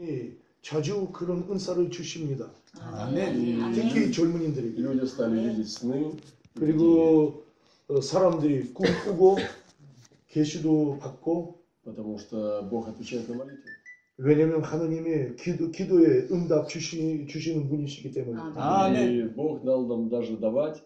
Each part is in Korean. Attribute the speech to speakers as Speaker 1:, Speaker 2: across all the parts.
Speaker 1: 이 자주 그런 은사를 주십니다.
Speaker 2: 아멘. 예.
Speaker 3: 아멘.
Speaker 1: 특히 젊은이들에게.
Speaker 2: Люди стали видеть сны.
Speaker 1: 그리고 어, 사람들이 꿈꾸고 계시도 받고
Speaker 2: Потому что Бог отвечает на молитвы.
Speaker 1: 왜냐면 하느님이 기도, 기도에 응답 주시, 주시는 분이시기 때문에
Speaker 2: И Бог дал нам даже давать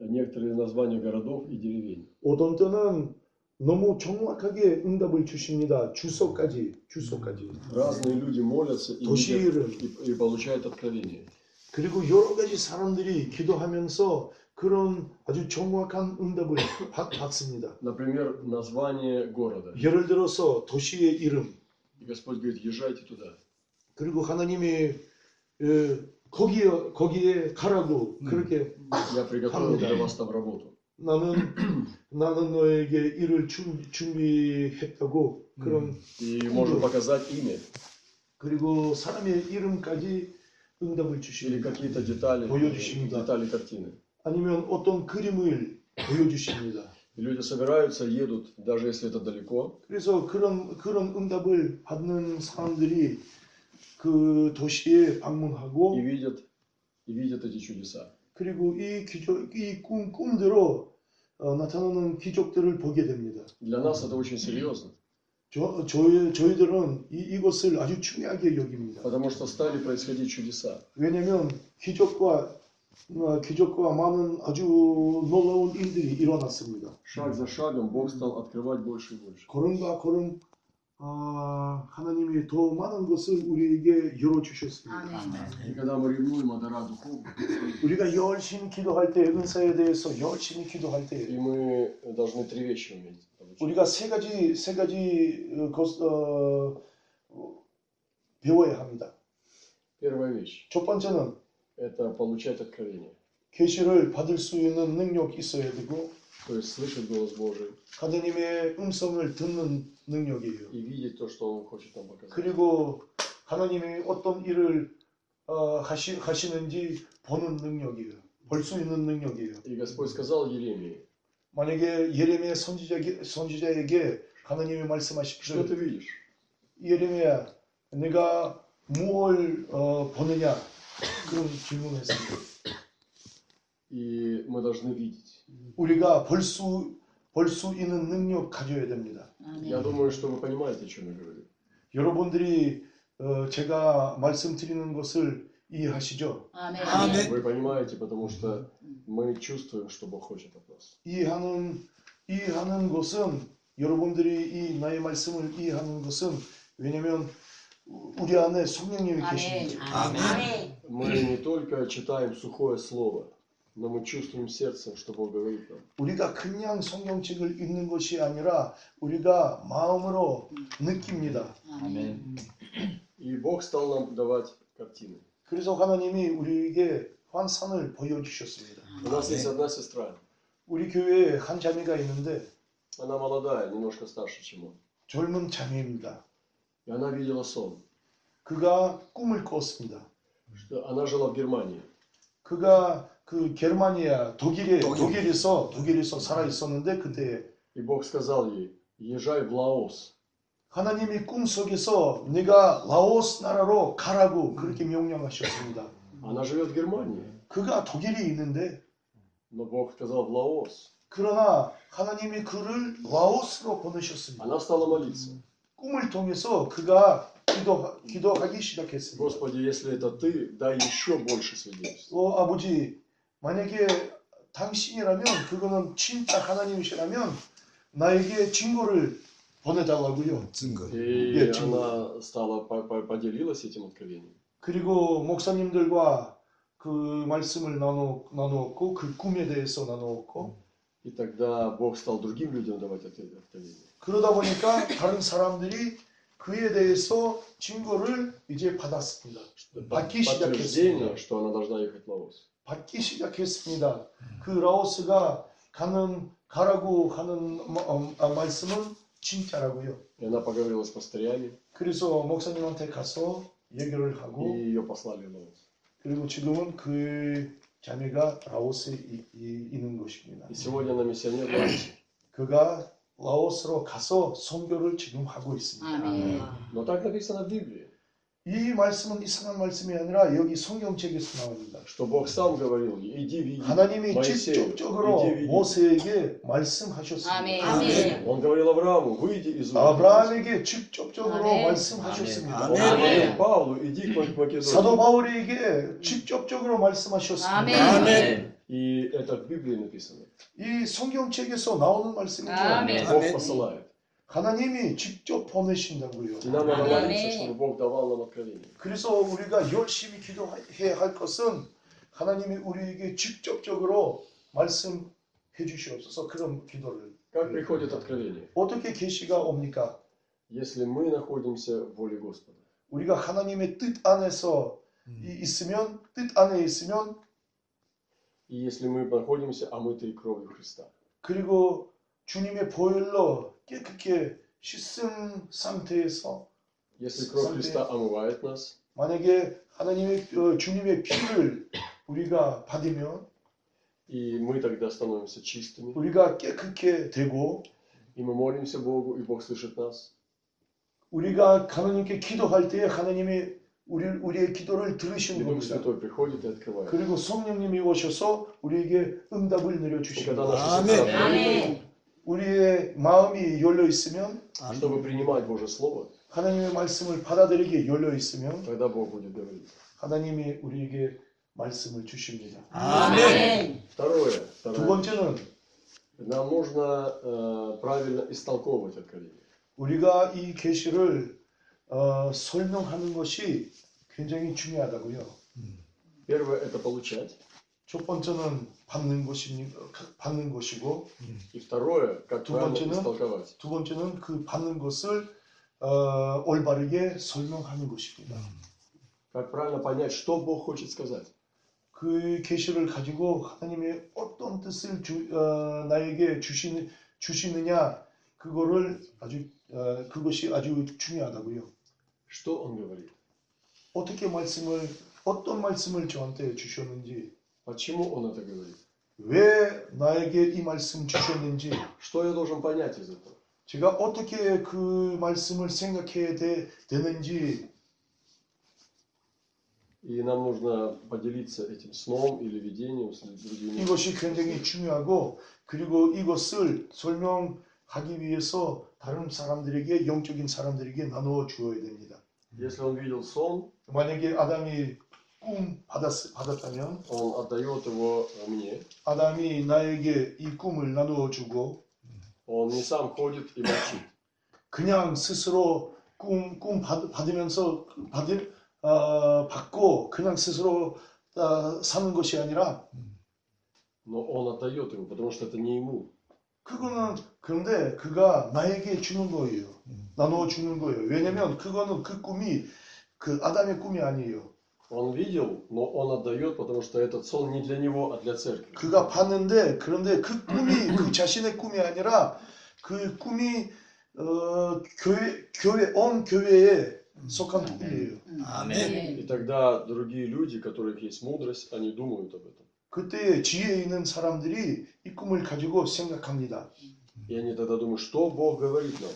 Speaker 2: некоторые названия городов и деревень.
Speaker 1: 어떤 때는 너무 정확하게 응답을 주십니다. 주소까지 주소까지
Speaker 2: 음. Разные люди молятся и,
Speaker 1: 도시
Speaker 2: видят,
Speaker 1: 이름
Speaker 2: и- и получают откровение.
Speaker 1: 그리고 여러 가지 사람들이 기도하면서 그런 아주 정확한 응답을 받, 받습니다.
Speaker 2: Например, название города.
Speaker 1: 예를 들어서 도시의 이름
Speaker 2: И Господь говорит, езжайте туда.
Speaker 1: 그리고 하나님이 에, 거기에 거기에 가라고 그렇게
Speaker 2: Я приготовил
Speaker 1: Аминь.
Speaker 2: для вас там работу.
Speaker 1: 나는 나는 너에게 일을 준- 준비했다고 그런
Speaker 2: И можно показать имя
Speaker 1: 그리고 사람의 이름까지 응답을
Speaker 2: или
Speaker 1: 주십니다.
Speaker 2: какие-то детали,
Speaker 1: Поющим, да.
Speaker 2: детали картины.
Speaker 1: 아니면 어떤 그림을 보여주십니다.
Speaker 2: И люди собираются, едут, даже если это далеко.
Speaker 1: 그래서 그런 그런 응답을 받는 사람들이 그 도시에
Speaker 2: и
Speaker 1: 방문하고
Speaker 2: видят, и видят эти чудеса.
Speaker 1: 그리고 이 기적 이꿈 꿈대로 어, 나타나는 기적들을 보게 됩니다.
Speaker 2: Для нас это очень серьезно,
Speaker 1: 저 저희 저희들은 이, 이것을 아주 중요하게 여깁니다.
Speaker 2: потому что стали происходить чудеса.
Speaker 1: 왜냐면 기적과 어, 기적과 많은 아주 놀라운 일들이 일어났습니다.
Speaker 2: Шаг за шагом Бог стал открывать больше и больше.
Speaker 1: 걸음과 걸음 아, 하나님이 더 많은 것을 우리에게 열어 주셨습니다.
Speaker 2: И когда мы ревнуем а о дарах духовных,
Speaker 1: 우리가 열심히 기도할 때 은사에 대해서 열심히 기도할
Speaker 2: и
Speaker 1: 때
Speaker 2: мы должны три вещи уметь. получить.
Speaker 1: 우리가 세 가지 세 가지 어, 것- 어, 어, 배워야 합니다.
Speaker 2: Первая вещь
Speaker 1: 첫 번째는
Speaker 2: – это получать откровение,
Speaker 1: 계시를 받을 수 있는 능력이 있어야 되고
Speaker 2: то есть слышать голос Божий
Speaker 1: 하나님의 음성을 듣는 능력이에요.
Speaker 2: и видеть то, что Он хочет нам показать.
Speaker 1: 그리고 하나님이 어떤 일을 어, 하시, 하시는지 보는 능력이에요. 볼 수 있는 능력이에요.
Speaker 2: И Господь сказал Еремии,
Speaker 1: 만약에 예레미야 선지자에게, 선지자에게 하나님이
Speaker 2: что
Speaker 1: 말씀하십시오.
Speaker 2: ты видишь?
Speaker 1: 예레미야, 내가 무엇을 어, 보느냐? 그런 질문을 했습니다.
Speaker 2: И мы должны видеть.
Speaker 1: 우리가 볼 수, 볼 수 있는 능력 가져야 됩니다.
Speaker 2: Я думаю, что вы понимаете, о чем я говорю.
Speaker 1: 여러분들이 어, 제가 말씀드리는 것을 이해하시죠?
Speaker 3: 아멘.
Speaker 2: Вы понимаете, потому что мы чувствуем, что Бог хочет от нас.
Speaker 1: 이해하는 이해하는 것은 여러분들이 이 나의 말씀을 이해하는 것은 왜냐면 우리 안에 성령님이 계십니다.
Speaker 3: 아멘.
Speaker 2: Мы не только читаем сухое слово, но мы чувствуем сердцем, что Бог говорит нам.
Speaker 1: 우리가 그냥 성경책을 읽는 것이 아니라 우리가 마음으로 느낍니다.
Speaker 3: 아멘.
Speaker 2: И Бог стал нам давать картины.
Speaker 1: 그래서 하나님이 우리에게 환상을 보여주셨습니다.
Speaker 2: У нас есть одна сестра.
Speaker 1: 우리 교회에 한 자매가 있는데
Speaker 2: Она молодая, немножко старше, чем он.
Speaker 1: 젊은 자매입니다.
Speaker 2: И она видела сон.
Speaker 1: 그가 꿈을 꿨습니다.
Speaker 2: Что она жила в Германии.
Speaker 1: 그가 그 게르마니아 독일에
Speaker 2: 독일.
Speaker 1: 독일에서 독일에서 살아 있었는데 그때
Speaker 2: И Бог сказал ей, езжай в Лаос.
Speaker 1: 하나님이 꿈속에서 네가 라오스 나라로 가라고 그렇게 명령하셨습니다.
Speaker 2: Она живет в Германии.
Speaker 1: 그가 독일이 있는데
Speaker 2: Но Бог сказал в Лаос.
Speaker 1: 그러나 하나님이 그를 라오스로 보내셨습니다.
Speaker 2: Она стала молиться.
Speaker 1: 꿈을 통해서 그가 기도, 기도하기 시작했습니다.
Speaker 2: Господи, если это ты, дай еще больше свидетельств.
Speaker 1: 어, 아버지 만약에 당신이라면 그거는 진짜 하나님이시라면 나에게 증거를 보내달라고요. 예,
Speaker 2: И
Speaker 1: Я чую.
Speaker 2: она стала, по- по- поделилась этим откровением.
Speaker 1: 그리고 목사님들과 그 말씀을 나누, 나누었고 그 꿈에 대해서 나누었고
Speaker 2: И тогда Бог стал другим людям давать ответ- откровение.
Speaker 1: 그러다 보니까 다른 사람들이 그에 대해서 증거를 이제 받았습니다. 받기 네.
Speaker 2: Подтверждение,
Speaker 1: 시작했습니다.
Speaker 2: что она должна ехать в Лаос.
Speaker 1: 받기 시작했습니다. 그 라오스가 가는 가라고 하는 마- 어, 아, 말씀은 진짜라고요.
Speaker 2: И она поговорила с пастырями,
Speaker 1: 그래서 목사님한테 가서 얘기를
Speaker 2: и
Speaker 1: 하고
Speaker 2: ее послали в Лаос.
Speaker 1: 그리고 지금은 그 자매가 라오스에 이- 이- 있는 것입니다.
Speaker 2: И сегодня она миссионер в Лаосе.
Speaker 1: 그가 라오스로 가서 선교를 지금 하고 있습니다.
Speaker 3: 아멘.
Speaker 2: Но так написано в Библии.
Speaker 1: 이 말씀은 이상한 말씀이 아니라 여기 성경책에서 나옵니다.
Speaker 2: Что Бог сам говорил, иди в Египет.
Speaker 1: 하나님이
Speaker 2: 모이세요.
Speaker 1: 직접적으로
Speaker 2: 이제 이-
Speaker 1: 모세에게 말씀하셨습니다.
Speaker 4: 아멘.
Speaker 3: 아멘.
Speaker 2: Он говорил Аврааму, выйди из Египта.
Speaker 1: 아브라함에게 직접적으로
Speaker 4: 아멘.
Speaker 1: 말씀하셨습니다.
Speaker 2: Он
Speaker 5: 아멘.
Speaker 2: говорил Павлу, иди к Мак-
Speaker 1: 사도
Speaker 2: Македонии.
Speaker 1: 바울에게 직접적으로 말씀하셨습니다.
Speaker 4: 아멘.
Speaker 5: 아멘.
Speaker 2: И это в Библии написано.
Speaker 1: 이 성경책에서 나오는 말씀입니다.
Speaker 4: 아멘.
Speaker 2: Бог
Speaker 5: Аминь.
Speaker 2: посылает.
Speaker 1: 하나님이 직접 보내신다고요.
Speaker 2: И нам надо
Speaker 4: Аминь.
Speaker 2: молиться, чтобы Бог давал нам откровение.
Speaker 1: 그래서 우리가 열심히 기도해야 할 것은 하나님이 우리에게 직접적으로 말씀해 주시옵소서 그런 기도를
Speaker 2: Как приходит откровение?
Speaker 1: 어떻게 계시가 옵니까?
Speaker 2: Если мы находимся в воле Господа.
Speaker 1: 우리가 하나님의 뜻 안에서 이- 있으면 뜻 안에 있으면
Speaker 2: И если мы находимся омытые кровью Христа.
Speaker 1: 그리고 주님의 보혈로 깨끗게 씻은 상태에서
Speaker 2: Если кровь
Speaker 1: Аминь.
Speaker 2: Христа омывает нас,
Speaker 1: 만약에 하나님의 어, 주님의 피를 우리가 받으면
Speaker 2: и мы тогда становимся чистыми,
Speaker 1: 우리가 깨끗게 되고
Speaker 2: и мы молимся Богу, и Бог слышит нас.
Speaker 1: 우리가 하나님께 기도할 때에 하나님이 우리 우리의 기도를
Speaker 2: И
Speaker 1: 들으신
Speaker 2: Дух
Speaker 1: 겁니다.
Speaker 2: Святой приходит и открывает.
Speaker 1: 그리고 성령님이 오셔서 우리에게 응답을 내려
Speaker 2: И
Speaker 1: 주십니다.
Speaker 2: когда наши сердца
Speaker 5: Аминь.
Speaker 2: открыты,
Speaker 1: 우리의 마음이 열려 있으면
Speaker 2: чтобы принимать Божье Слово,
Speaker 1: 하나님의 말씀을 받아들이기 열려 있으면
Speaker 2: тогда Бог будет говорить.
Speaker 1: 하나님이 우리에게 말씀을 주십니다.
Speaker 2: Второе.
Speaker 1: 두
Speaker 2: второе.
Speaker 1: 번째는
Speaker 2: Нам нужно э, правильно истолковывать откровение.
Speaker 1: 우리가 이 계시를 어, 설명하는 것이 굉장히 중요하다고요.
Speaker 2: Первое – это получать.
Speaker 1: 첫 번째는 받는 것입니다. 받는 것이고
Speaker 2: И второе – как
Speaker 1: Думал,
Speaker 2: правильно
Speaker 1: что
Speaker 2: истолковать.
Speaker 1: 두 번째는 그 받는 것을 어, 올바르게 설명하는 것입니다.
Speaker 2: Как правильно понять, что Бог хочет сказать.
Speaker 1: 그 계시를 가지고 하나님이 어떤 뜻을 주- 어, 나에게 주시, 주시느냐 그거를 아주 어, 그것이 아주 중요하다고요.
Speaker 2: Что Он говорит.
Speaker 1: 어떻게 말씀을 어떤 말씀을 저한테 주셨는지
Speaker 2: Почему Он это говорит.
Speaker 1: 왜 나에게 이 말씀 주셨는지
Speaker 2: Что я должен понять из этого.
Speaker 1: 제가 어떻게 그 말씀을 생각해야 되, 되는지
Speaker 2: И нам нужно поделиться этим сном или видением с другими.
Speaker 1: 이것이 굉장히 중요하고 그리고 이것을 설명하기 위해서 다른 사람들에게 영적인 사람들에게 나누어 주어야 됩니다.
Speaker 2: Если он видел сон,
Speaker 1: 만약에 아담이 꿈 받았, 받았다면
Speaker 2: он отдает его мне.
Speaker 1: 아담이 나에게 이 꿈을 나누어 주고
Speaker 2: Он не сам ходит и молчит.
Speaker 1: 그냥 스스로 꿈, 꿈 받, 받으면서 받을, 어, 받고 그냥 스스로 어, 사는 것이 아니라
Speaker 2: Но он отдает его, потому что это не ему.
Speaker 1: 그거는 그런데 그가 나에게 주는 거예요. 나누어 주는 거예요. 왜냐면 그거는 그 꿈이 그 아담의 꿈이 아니에요.
Speaker 2: Он видел, но он отдает, потому что этот сон не для него, а для церкви.
Speaker 1: 그가 봤는데 그런데 그 꿈이 그 자신의 꿈이 아니라 그 꿈이 어, 교회 교회 온 교회에 속한 꿈이에요.
Speaker 5: 아멘.
Speaker 2: И тогда другие люди, у которых есть мудрость, они думают об этом.
Speaker 1: 그때 지혜 있는 사람들이 이 꿈을 가지고 생각합니다.
Speaker 2: И они тогда думают, что Бог говорит нам.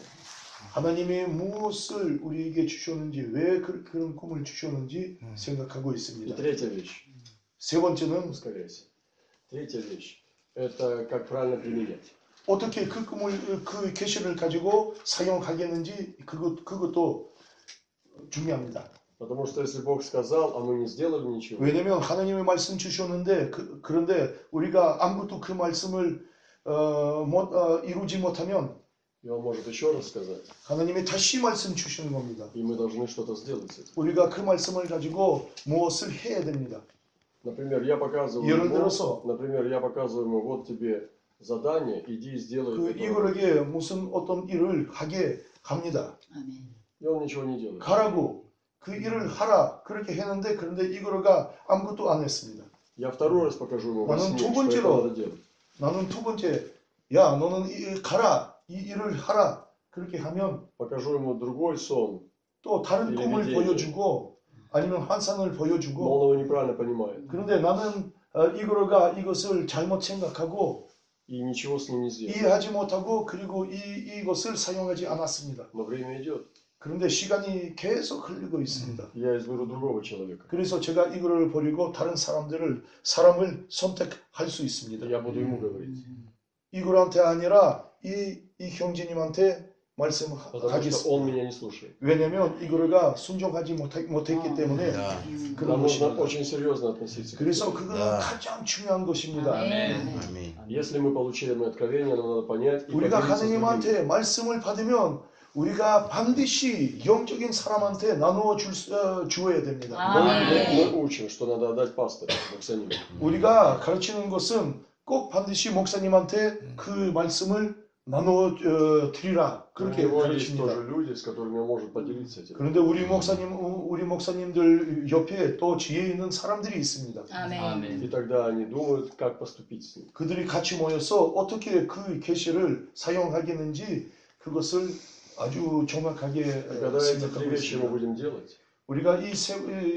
Speaker 1: 하나님이 무엇을 우리에게 주셨는지 왜 그- 그런 꿈을 주셨는지
Speaker 5: 음.
Speaker 1: 생각하고
Speaker 2: И
Speaker 1: 있습니다.
Speaker 2: третья вещь,
Speaker 1: 세 번째는
Speaker 2: ускоряйся. Третья вещь – это как правильно применять.
Speaker 1: 어떻게 그 꿈을 그 계시를 가지고 사용하겠는지 그것 그것도 중요합니다.
Speaker 2: Потому что если Бог сказал, а мы не сделали ничего,
Speaker 1: 왜냐면 하나님의 말씀 주셨는데 그, 런데 우리가 아무것도 그 말씀을 어, 못, 어, 이루지 못하면
Speaker 2: и Он может еще раз сказать,
Speaker 1: 하나님이 다시 말씀 주시는 겁니다.
Speaker 2: и мы должны что-то сделать с этим.
Speaker 1: 우리가 그 말씀을 가지고 무엇을 해야 됩니다.
Speaker 2: Например, я показываю
Speaker 1: Ерунда
Speaker 2: ему,
Speaker 1: росла.
Speaker 2: например, я показываю ему, вот тебе задание, иди и сделай.
Speaker 1: 그
Speaker 2: это».
Speaker 1: 이거에게 무슨 어떤 일을 하게 합니다.
Speaker 2: И он ничего не делает.
Speaker 1: 가라고 그 일을 하라 그렇게 했는데 그런데 이거가 아무것도 안 했습니다.
Speaker 2: Я второй раз покажу ему во
Speaker 1: Он
Speaker 2: сне,
Speaker 1: чего не
Speaker 2: что это
Speaker 1: делал?
Speaker 2: надо делать.
Speaker 1: 나는 두 번째 야 너는 이 일 가라 이 일을 하라 그렇게 하면
Speaker 2: Покажу ему другой сон,
Speaker 1: 또 다른
Speaker 2: 일이
Speaker 1: 꿈을
Speaker 2: 이제-
Speaker 1: 보여주고 아니면 환상을
Speaker 2: но
Speaker 1: 보여주고
Speaker 2: он его неправильно понимает.
Speaker 1: 그런데 나는 어, 이거가 이것을 잘못 생각하고
Speaker 2: И ничего с ним не сделал.
Speaker 1: 이해하지 못하고 그리고 이 이것을 사용하지 않았습니다.
Speaker 2: Но время идет.
Speaker 1: 그런데 시간이 계속 흘리고 있습니다.
Speaker 2: Я изберу другого человека.
Speaker 1: 그래서 제가 이거를 버리고 다른 사람들을 사람을 선택할 수 있습니다.
Speaker 2: Я буду ему говорить.
Speaker 1: 이걸한테 아니라 이, 이 형제님한테
Speaker 2: Потому что
Speaker 1: 말씀하겠습니다.
Speaker 2: он меня не слушает.
Speaker 1: 왜냐면 이거가 순종하지 못했, 못했기
Speaker 3: 아,
Speaker 1: 때문에
Speaker 4: Да.
Speaker 2: Нам
Speaker 1: 그런
Speaker 2: нужно
Speaker 1: 것입니다.
Speaker 2: очень серьезно относиться к
Speaker 1: 그래서
Speaker 2: этому.
Speaker 1: 그거
Speaker 4: 아.
Speaker 1: 가장 중요한 것입니다.
Speaker 3: 아멘. 네.
Speaker 4: Аминь.
Speaker 2: Если мы получили мы откровение, нам надо понять и
Speaker 1: 우리가
Speaker 2: поделиться с другими.
Speaker 1: 하느님한테 말씀을 받으면 우리가 반드시 영적인 사람한테 나누어 줄, 수- 어, 주어야 됩니다.
Speaker 3: 아.
Speaker 2: Мы,
Speaker 3: Аминь.
Speaker 2: мы- мы учим, что надо отдать пастору, боксанину.
Speaker 1: 우리가 가르치는 것은 꼭 반드시 목사님한테 그 말씀을 나누어 어, 드리라
Speaker 2: У
Speaker 1: 그렇게
Speaker 2: него есть тоже
Speaker 1: 가르칩니다.
Speaker 2: люди, с которыми он может поделиться этим.
Speaker 1: 그런데 우리 목사님 우- 우리 목사님들 옆에 또 지혜 있는 사람들이 있습니다.
Speaker 3: 아멘.
Speaker 2: И тогда они думают, как поступить с ним.
Speaker 1: 그들이 같이 모여서 어떻게 그 계시를 사용하겠는지 그것을 아주 정확하게
Speaker 2: Когда
Speaker 1: 어,
Speaker 2: эти три
Speaker 1: 생각하고
Speaker 2: вещи мы
Speaker 1: 있습니다.
Speaker 2: будем делать,
Speaker 1: 우리가 이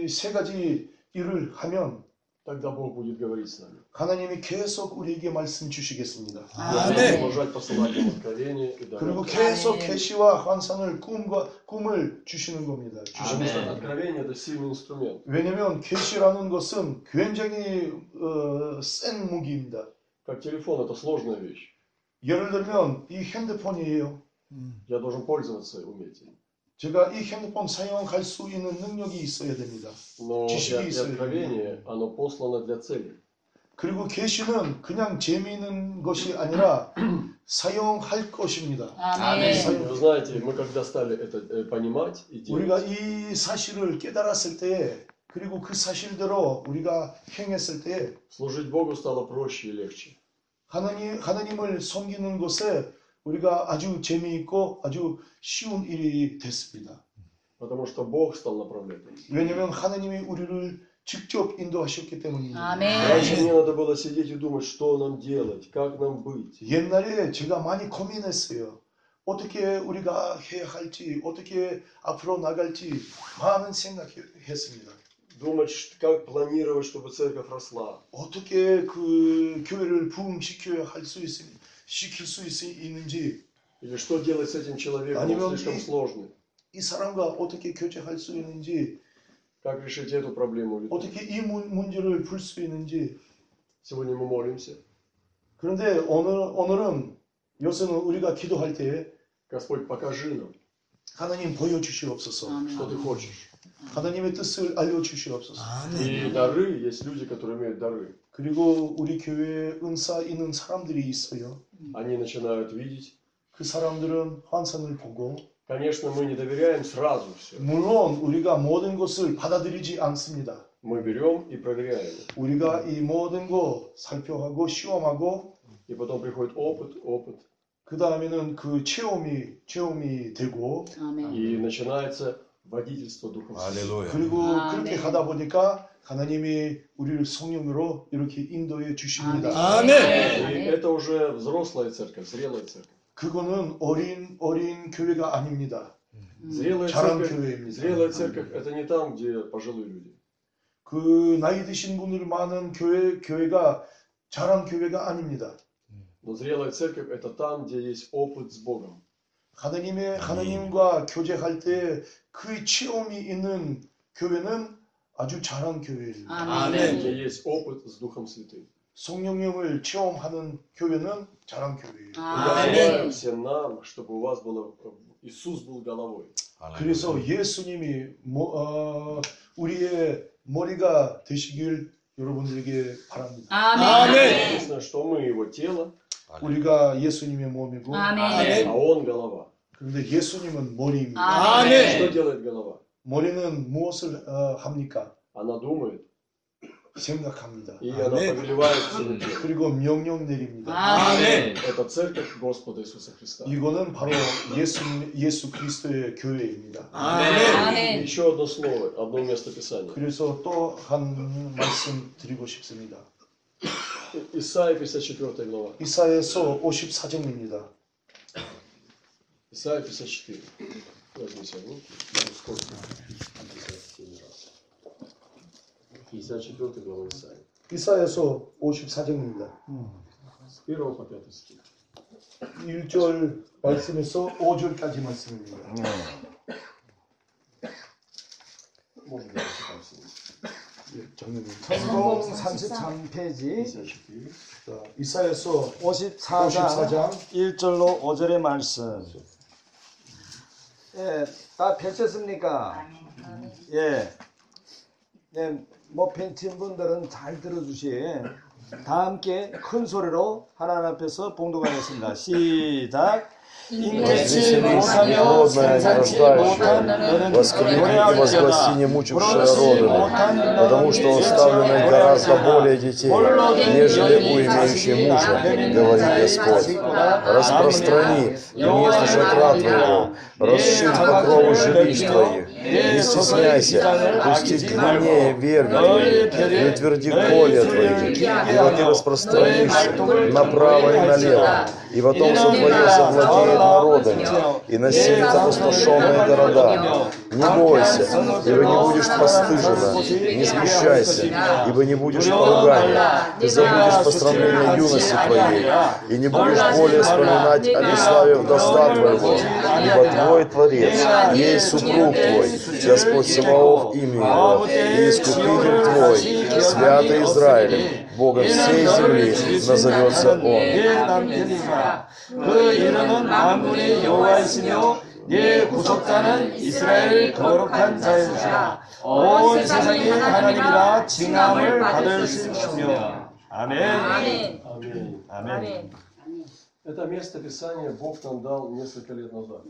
Speaker 1: 세 가지 일을 하면
Speaker 2: тогда Бог будет говорить с нами.
Speaker 1: 하나님이 계속 우리에게 말씀 주시겠습니다.
Speaker 2: Я
Speaker 3: Аминь.
Speaker 2: буду продолжать посылать нам откровение и
Speaker 1: 그리고
Speaker 2: даровать.
Speaker 1: 계속
Speaker 3: 네. 아멘.
Speaker 1: 계시와 환상을 꿈과 꿈을 주시는 겁니다.
Speaker 2: Потому
Speaker 1: 주시는
Speaker 2: что
Speaker 1: 겁니다.
Speaker 2: откровение это сильный инструмент.
Speaker 1: 왜냐하면 계시라는 것은 굉장히 어, 센 무기입니다.
Speaker 2: Как телефон это сложная вещь.
Speaker 1: 예를 들면 이 핸드폰이에요.
Speaker 2: Я должен пользоваться и уметь. им.
Speaker 1: 제가 이 핸드폰 사용할 수 있는 능력이 있어야 됩니다.
Speaker 2: Но
Speaker 1: Чешки
Speaker 2: и
Speaker 1: и
Speaker 2: и
Speaker 1: свои.
Speaker 2: откровение, оно послано для цели.
Speaker 1: 그리고 계시는 그냥 재미있는 것이 아니라 사용할 것입니다.
Speaker 3: 아멘.
Speaker 2: Вы знаете, мы когда стали это э, понимать и
Speaker 1: 우리가
Speaker 2: делать,
Speaker 1: 이 사실을 깨달았을 때에 그리고 그 사실대로 우리가 행했을 때에
Speaker 2: служить Богу стало проще и легче.
Speaker 1: 하나님 하나님을 섬기는 것에 우리가 아주 재미있고 아주 쉬운 일이 됐습니다.
Speaker 2: Потому что Бог стал направлять нас.
Speaker 1: 왜냐하면 하나님이 우리를 직접 인도하셨기 때문입니다.
Speaker 2: Раньше
Speaker 3: 아멘.
Speaker 2: мне надо было сидеть и думать, что нам делать, как нам быть.
Speaker 1: 옛날에 제가 많이 고민했어요. 어떻게 우리가 해야 할지, 어떻게 앞으로 나갈지 많은 생각했습니다.
Speaker 2: Думать, ш- как планировать, чтобы церковь росла.
Speaker 1: 어떻게 그 교회를 부흥시켜야 할 수 있, 시킬 수 있, 있는지,
Speaker 2: Или что делать с этим человеком,
Speaker 1: Они
Speaker 2: он
Speaker 1: вам
Speaker 2: слишком
Speaker 1: не-
Speaker 2: сложный.
Speaker 1: 이 사람과 어떻게 교제할 수 있는지,
Speaker 2: Как решить эту проблему? или ту?
Speaker 1: 어떻게 이 문, 문제를 풀 수 있는지.
Speaker 2: Сегодня мы молимся.
Speaker 1: 그런데 오늘, 오늘은 요새는 우리가 기도할 때에
Speaker 2: Господь, покажи нам,
Speaker 1: 하나님 보여주시옵소서.
Speaker 2: что ты хочешь.
Speaker 1: 하나님의 뜻을 알려주시옵소서.
Speaker 2: И дары, есть люди, которые имеют дары.
Speaker 1: 그리고 우리 교회에 은사 있는 사람들이 있어요.
Speaker 2: Они начинают видеть.
Speaker 1: 그 사람들은 환상을 보고
Speaker 2: Конечно, мы не доверяем сразу все.
Speaker 1: 물론 우리가 모든 것을 받아들이지 않습니다.
Speaker 2: Мы берем и проверяем.
Speaker 1: 우리가 이 모든 거 살펴하고 시험하고
Speaker 2: И потом приходит опыт, опыт.
Speaker 1: 그 다음에는 그 체험이 체험이 되고
Speaker 3: 네. 아멘.
Speaker 2: И начинается водительство Духом Святым.
Speaker 4: Аллилуйя.
Speaker 1: 그리고
Speaker 3: 아,
Speaker 1: 그렇게
Speaker 3: 네.
Speaker 1: 가다 보니까 하나님이 우리를 성령으로 이렇게 인도해
Speaker 3: 아, 네.
Speaker 1: 주십니다.
Speaker 2: И
Speaker 3: 아멘.
Speaker 2: это уже взрослая церковь, зрелая церковь.
Speaker 1: 그거는 어린 어린 교회가 아닙니다.
Speaker 2: Зрелая
Speaker 1: 자란
Speaker 2: церковь,
Speaker 1: 교회입니다.
Speaker 2: зрелая церковь это не там, где пожилые люди.
Speaker 1: 그 나이 드신 분들 많은 교회 교회가 자란 교회가 아닙니다.
Speaker 2: Но зрелая церковь это там, где есть опыт с Богом.
Speaker 1: 하나님의 하나님과 교제할 때 그 체험이 있는 교회는 아주 잘한 교회입니다.
Speaker 3: 아멘.
Speaker 2: Где есть опыт с Духом Святым.
Speaker 1: 성령님을 체험하는 교회는 잘한 교회예요.
Speaker 2: Я
Speaker 3: 아멘.
Speaker 2: желаю всем нам, чтобы у вас было э, Иисус был головой.
Speaker 6: 아,
Speaker 1: 그래서 예수님이 뭐, 어, 우리의 머리가 되시길 여러분들에게 바랍니다.
Speaker 3: 아멘.
Speaker 2: Единственное, что мы его тело,
Speaker 1: 우리가 예수님의 몸이고
Speaker 3: 아멘.
Speaker 2: а он голова.
Speaker 1: 그런데 예수님은 머리입니다.
Speaker 3: 아멘.
Speaker 2: Что делает голова?
Speaker 1: 머리는 무엇을 어, 합니까?
Speaker 2: Она думает,
Speaker 1: 생각합니다.
Speaker 2: и она повелевает всему телу.
Speaker 1: 그리고 명령 내립니다.
Speaker 3: 아멘.
Speaker 2: Это церковь Господа Иисуса Христа.
Speaker 1: 이거는 바로 예수님, 예수 그리스도의 교회입니다.
Speaker 3: 아멘.
Speaker 2: Еще одно слово, одно место Писания.
Speaker 1: 그래서 또 한 말씀 드리고 싶습니다.
Speaker 2: Исаия 54 глава.
Speaker 1: 이사에서 54장입니다.
Speaker 2: Исаия 54. Возьми себя в руки. Ну, сколько? 57 раз. 54 глава Исаия.
Speaker 1: 이사에서 54장입니다.
Speaker 2: С 1 по 5 стих.
Speaker 1: 1절 말씀에서 5절까지 말씀입니다.
Speaker 4: 15분 시작하겠습니다.
Speaker 5: 성공 33페이지
Speaker 2: 54.
Speaker 4: 이사에서
Speaker 5: 54장 1절로 5절의 말씀 예, 다 펼쳤습니까? 예. 네, 뭐 펜친 분들은 잘 들어주시에 다 함께 큰 소리로 하나님 앞에서 봉독하겠습니다. 시작.
Speaker 3: 인내치 못하며 생산치 못한 너는
Speaker 6: Воскликни,
Speaker 3: 노래할지어다.
Speaker 6: возгласи не мучившие родами, потому что оставлены гораздо более детей, нежели у имеющей мужа, говорит Господь. Распространи место шатра твоего, расширь покровы жилищ твоих, не стесняйся, пусти длиннее верви твои, и утверди поле твои, и воды распространишь направо и налево, и потомство твое завладеет народами, и населит опустошенные города. Не бойся, ибо не будешь постыжена, не смущайся, ибо не будешь поругана, ты забудешь по сравнению юности твоей, и не будешь более вспоминать о неславе вдоста твоего, ибо твой Творец, есть супруг твой, Господь Саваоф имя его, и искупитель твой, святый Израилем, Богом всей земли назовется он.
Speaker 5: 내 남편이라 그 이름은 만군의 여호와이시며 내 구속자는 이스라엘 거룩한 자이시라 온 세상이 하나님이라 칭함을 받을 수 있으며 아멘
Speaker 3: 아멘.
Speaker 2: Аминь.
Speaker 5: 아멘
Speaker 2: Это место Писания Бог нам дал несколько лет назад.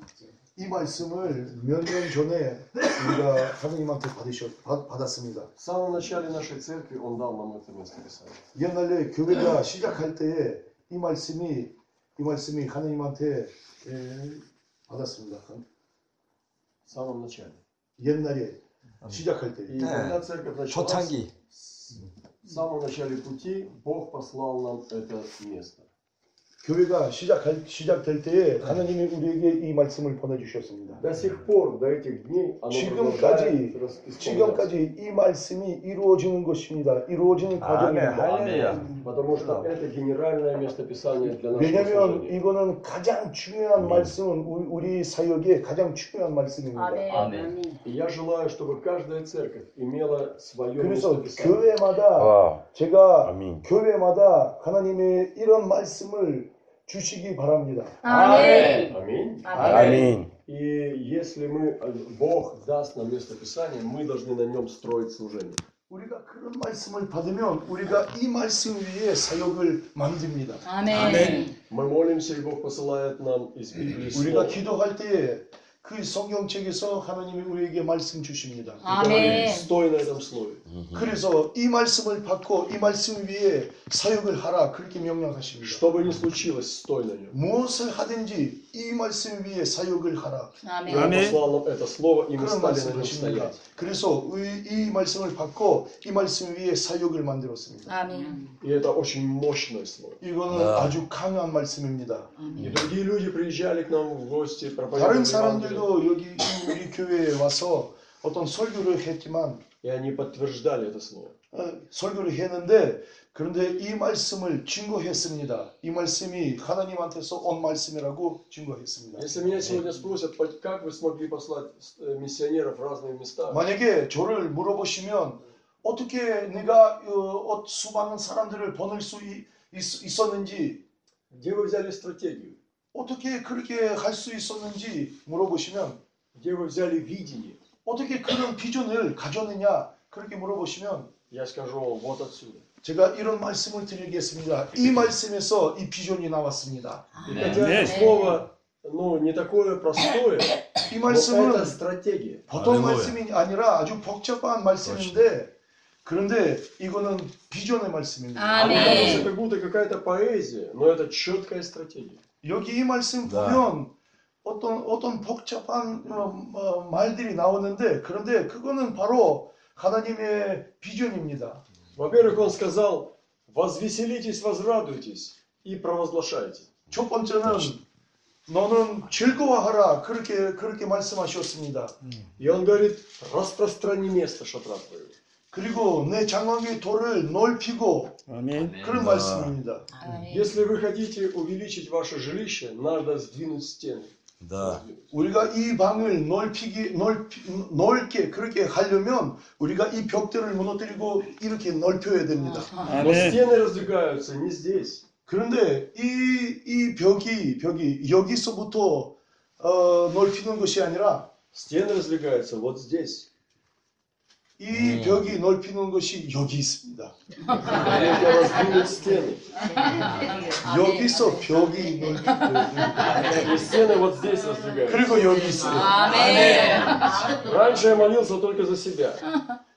Speaker 1: 이 말씀을 몇 년 전에 우리가 하느님한테 받으셨, 받, 받았습니다.
Speaker 2: В самом начале нашей церкви Он дал нам это место Писания.
Speaker 1: 옛날에 교회가 시작할 때에 이 말씀이 이 말씀이 하느님한테 예, 받았습니다.
Speaker 2: В самом начале.
Speaker 1: 옛날에 시작할 때
Speaker 2: И когда церковь началась,
Speaker 5: 초창기
Speaker 2: в самом начале пути Бог послал нам это место.
Speaker 1: 교회가 시작할 시작될 때에 하느님이 우리에게 이 말씀을 보내주셨습니다.
Speaker 2: До сих пор, до этих дней оно
Speaker 1: Чигом
Speaker 2: продолжает
Speaker 1: кади.
Speaker 2: рас- исполняться.
Speaker 1: 지금까지 이 말씀이 이루어지는 것입니다. 이루어지는 과정입니다.
Speaker 2: Потому что это генеральное местописание для нашего
Speaker 1: 왜냐하면
Speaker 2: служения.
Speaker 1: 이거는 음. 가장 중요한 말씀은 우리- 우리 사역의 가장 중요한 말씀입니다.
Speaker 3: 아멘.
Speaker 2: И я желаю, чтобы каждая церковь имела свое
Speaker 1: 그래서
Speaker 2: местописание.
Speaker 1: 교회마다
Speaker 6: А,
Speaker 1: 제가
Speaker 6: аминь.
Speaker 1: 교회마다 하나님의 이런 말씀을 주시기 바랍니다.
Speaker 3: 아멘.
Speaker 2: Аминь.
Speaker 6: Аминь.
Speaker 2: И если мы, э, Бог даст нам местописание, мы должны на нем строить служение.
Speaker 1: 우리가 그런 말씀을 받으면 우리가 이 말씀 위에 사역을 만듭니다.
Speaker 3: 아멘.
Speaker 2: Мы молимся, и Бог посылает нам из Библии
Speaker 1: 우리가
Speaker 2: слово.
Speaker 1: 기도할 때에 그 성경책에서 하나님이 우리에게 말씀 주십니다.
Speaker 2: И говорит,
Speaker 3: 아멘.
Speaker 2: Стой на этом слове.
Speaker 1: 그래서 이 말씀을 받고 이 말씀 위에 사역을 하라 그렇게 명령하십니다.
Speaker 2: Что бы ни случилось, стой на нем.
Speaker 1: 무엇을 하든지 이 말씀 위에 사역을 하라.
Speaker 2: И Он
Speaker 3: 아멘.
Speaker 2: послал нам это слово, и
Speaker 1: 그런
Speaker 2: мы стали на нем
Speaker 1: 말씀하십니다.
Speaker 2: стоять.
Speaker 1: 그래서 이, 이 말씀을 받고 이 말씀 위에 사역을 만들었습니다.
Speaker 3: 아멘.
Speaker 2: И это очень мощное слово.
Speaker 1: 이거는 아주 강한 말씀입니다.
Speaker 2: И другие люди приезжали к нам в гости,
Speaker 1: 다른
Speaker 2: проповедовали Евангелие,
Speaker 1: 사람들도 여기 이 우리 교회에 와서 어떤 설교를 했지만
Speaker 2: и они подтверждали это слово.
Speaker 1: 어, 설교를 했는데 그런데 이 말씀을 증거했습니다. 이 말씀이 하나님한테서 온 말씀이라고 증거했습니다.
Speaker 2: Если меня сегодня спросят, по- как вы смогли послать э, миссионеров в разные места,
Speaker 1: 만약에 저를 물어보시면 어떻게 네가 어, 어, 수많은 사람들을 보낼 수 있, 있- 있었는지
Speaker 2: где вы взяли стратегию,
Speaker 1: 어떻게 그렇게 할 수 있었는지 물어보시면
Speaker 2: где вы взяли видение,
Speaker 1: 어떻게 그런 비전을 가졌느냐 그렇게 물어보시면
Speaker 2: я скажу вам вот отсюда.
Speaker 1: 제가 이런 말씀을 드리겠습니다. 이 말씀에서 이 비전이 나왔습니다.
Speaker 2: И хотя
Speaker 3: 네,
Speaker 2: это слово, ну, не такое простое,
Speaker 1: 이
Speaker 2: но это
Speaker 1: 말씀은
Speaker 2: стратегия.
Speaker 1: 보통 말씀이 아니라 아주 복잡한 말씀인데 그런데 이거는 비전의 말씀입니다.
Speaker 2: Это
Speaker 3: 아멘.
Speaker 2: как будто какая-то поэзия, но это четкая стратегия.
Speaker 1: 여기 이 말씀
Speaker 6: 네.
Speaker 1: 보면 어떤 어떤 복잡한 어, 어, 말들이 나오는데 그런데 그거는 바로 하나님의 비전입니다.
Speaker 2: Во-первых, он сказал, возвеселитесь, возрадуйтесь и провозглашайте.
Speaker 1: 첫 번째는 너는 즐거워하라 그렇게 그렇게 말씀하셨습니다.
Speaker 2: И он говорит, распространи место шатра твоего.
Speaker 1: 그리고 내 장막의 돌을 넓히고 그런 말씀입니다.
Speaker 3: 아멘.
Speaker 2: Если вы хотите увеличить ваше жилище, надо сдвинуть стены.
Speaker 6: Да.
Speaker 1: 우리가 이 방을 넓히기 넓히- 넓게 그렇게 하려면 우리가 이 벽들을 무너뜨리고 이렇게 넓혀야 됩니다.
Speaker 3: 아.
Speaker 2: Но стены раздвигаются не здесь.
Speaker 1: 그런데 이, 이 벽이 벽이 여기서부터 어, 넓히는 것이 아니라
Speaker 2: Стены раздвигаются вот здесь.
Speaker 1: 이 벽이 넓히는 것이 여기 있습니다.
Speaker 2: Нужно раздвинуть стены.
Speaker 1: 여기서 벽이 넓히고
Speaker 2: И стены вот здесь раздвигаются.
Speaker 1: 그리고 여기 있어요.
Speaker 3: 아.
Speaker 2: Раньше я молился только за себя,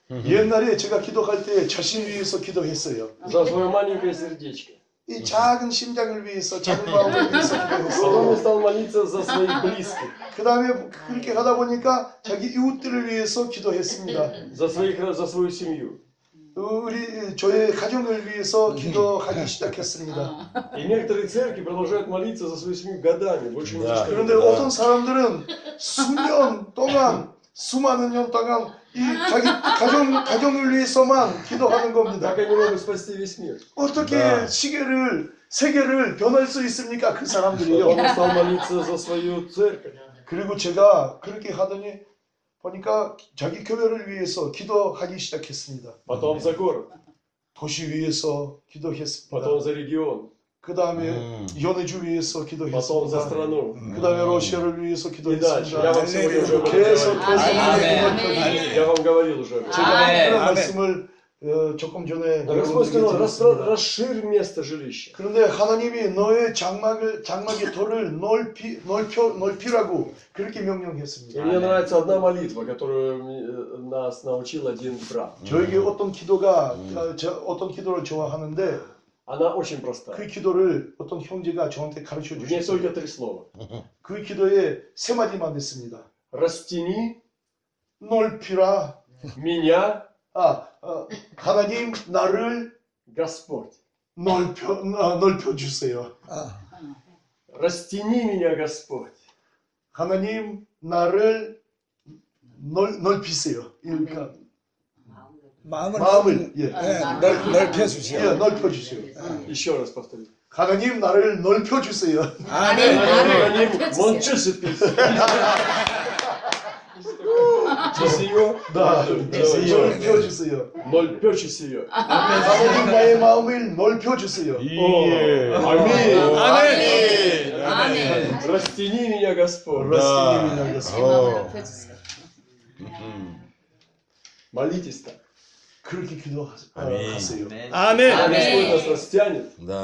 Speaker 1: 옛날에 제가 기도할 때 자신 위해서 기도했어요.
Speaker 2: за свое маленькое сердечко.
Speaker 1: 이 작은 심장을 위해서 작은 마음을 위해서
Speaker 2: Потом я
Speaker 1: 기도했어요.
Speaker 2: стал молиться за своих близких,
Speaker 1: 그 다음에 그렇게 하다 보니까 자기 이웃들을 위해서 기도했습니다. 어,
Speaker 2: за, своих, за свою семью.
Speaker 1: 우리 저의 가정을 위해서 기도하기
Speaker 3: 아.
Speaker 1: 시작했습니다.
Speaker 2: И некоторые церкви продолжают молиться за свою семью годами, больше не
Speaker 6: Да.
Speaker 2: слышно.
Speaker 1: 그런데 어떤 사람들은 수년 동안 수많은 년 동안 이 자기 가정 가정을 위해서만 기도하는 겁니다.
Speaker 2: Так они могут спасти весь мир.
Speaker 1: 어떻게
Speaker 6: 네.
Speaker 1: 시계를 세계를 변할 수 있습니까 그
Speaker 2: Потом
Speaker 1: 사람들이요?
Speaker 2: я стал молиться за свою церковь.
Speaker 1: 그리고 제가 그렇게 하더니 보니까 자기 교회를 위해서 기도하기 시작했습니다.
Speaker 2: Потом за город,
Speaker 1: 도시 위해서 기도했습니다.
Speaker 2: потом за регион,
Speaker 1: 그 다음에
Speaker 6: 음.
Speaker 1: 연해주 위해서
Speaker 2: потом за
Speaker 1: 기도했습니다.
Speaker 2: страну.
Speaker 1: 그 다음에 러시아를 위해서
Speaker 2: дальше. Я
Speaker 1: 기도했습니다. 네,
Speaker 2: вам сегодня уже
Speaker 1: 계속
Speaker 2: говорил.
Speaker 1: 계속
Speaker 3: 아멘.
Speaker 1: 기도했거든요.
Speaker 2: Я вам говорил уже. об этом.
Speaker 1: 제가
Speaker 3: 아멘.
Speaker 1: 그런
Speaker 3: 아멘.
Speaker 1: 말씀을 어, 조금 전에
Speaker 2: Господь сказал,
Speaker 1: 여러분들에게
Speaker 2: «Расстро-
Speaker 1: 드렸습니다.
Speaker 2: расширь место жилища.
Speaker 1: 그런데 하나님이 너의 장막을 장막의 돌을 넓히 넓혀 넓히라고 그렇게
Speaker 2: И
Speaker 1: 명령했습니다.
Speaker 2: мне нравится одна молитва, которую э, нас научил один брат.
Speaker 1: 저에게 어떤 기도가 어, 저, 어떤 기도를 좋아하는데
Speaker 2: Она очень
Speaker 1: 그
Speaker 2: простая.
Speaker 1: 기도를 어떤 형제가 저한테 가르쳐
Speaker 2: В ней
Speaker 1: 주셨어요.
Speaker 2: только три слова.
Speaker 1: 그 기도에 세 마디만 했습니다.
Speaker 2: Растяни
Speaker 1: 넓히라.
Speaker 2: меня,
Speaker 1: 아 어, 하나님 나를
Speaker 2: Господь.
Speaker 1: 넓혀 아, 넓혀 주세요.
Speaker 2: Растяни меня, Господь.
Speaker 1: 하나님 나를 넓, 넓히세요. 그러니까
Speaker 7: 마음을,
Speaker 1: 마음을 예,
Speaker 3: 네,
Speaker 7: 예, 넓, 넓혀주시오.
Speaker 1: 예 넓혀 주세요.
Speaker 3: 아, 예.
Speaker 2: Еще раз повторю.
Speaker 1: 하나님 나를 넓혀 주세요.
Speaker 7: 아멘.
Speaker 2: Иероним Мончесепис. Чесио.
Speaker 1: 나
Speaker 2: Чесио.
Speaker 1: 넓혀 주세요.
Speaker 2: Ноль пёчесио.
Speaker 1: 하나님 나의 마음을 넓혀 주세요.
Speaker 2: Аминь.
Speaker 3: 아멘. 아멘.
Speaker 2: Растяни меня, Господь.
Speaker 3: 예,
Speaker 1: 그렇습니다.
Speaker 3: 어.
Speaker 2: Молитесь так.
Speaker 1: 그렇게
Speaker 6: 아멘.
Speaker 1: 기도하세요.
Speaker 2: Господь нас растянет.
Speaker 6: Да.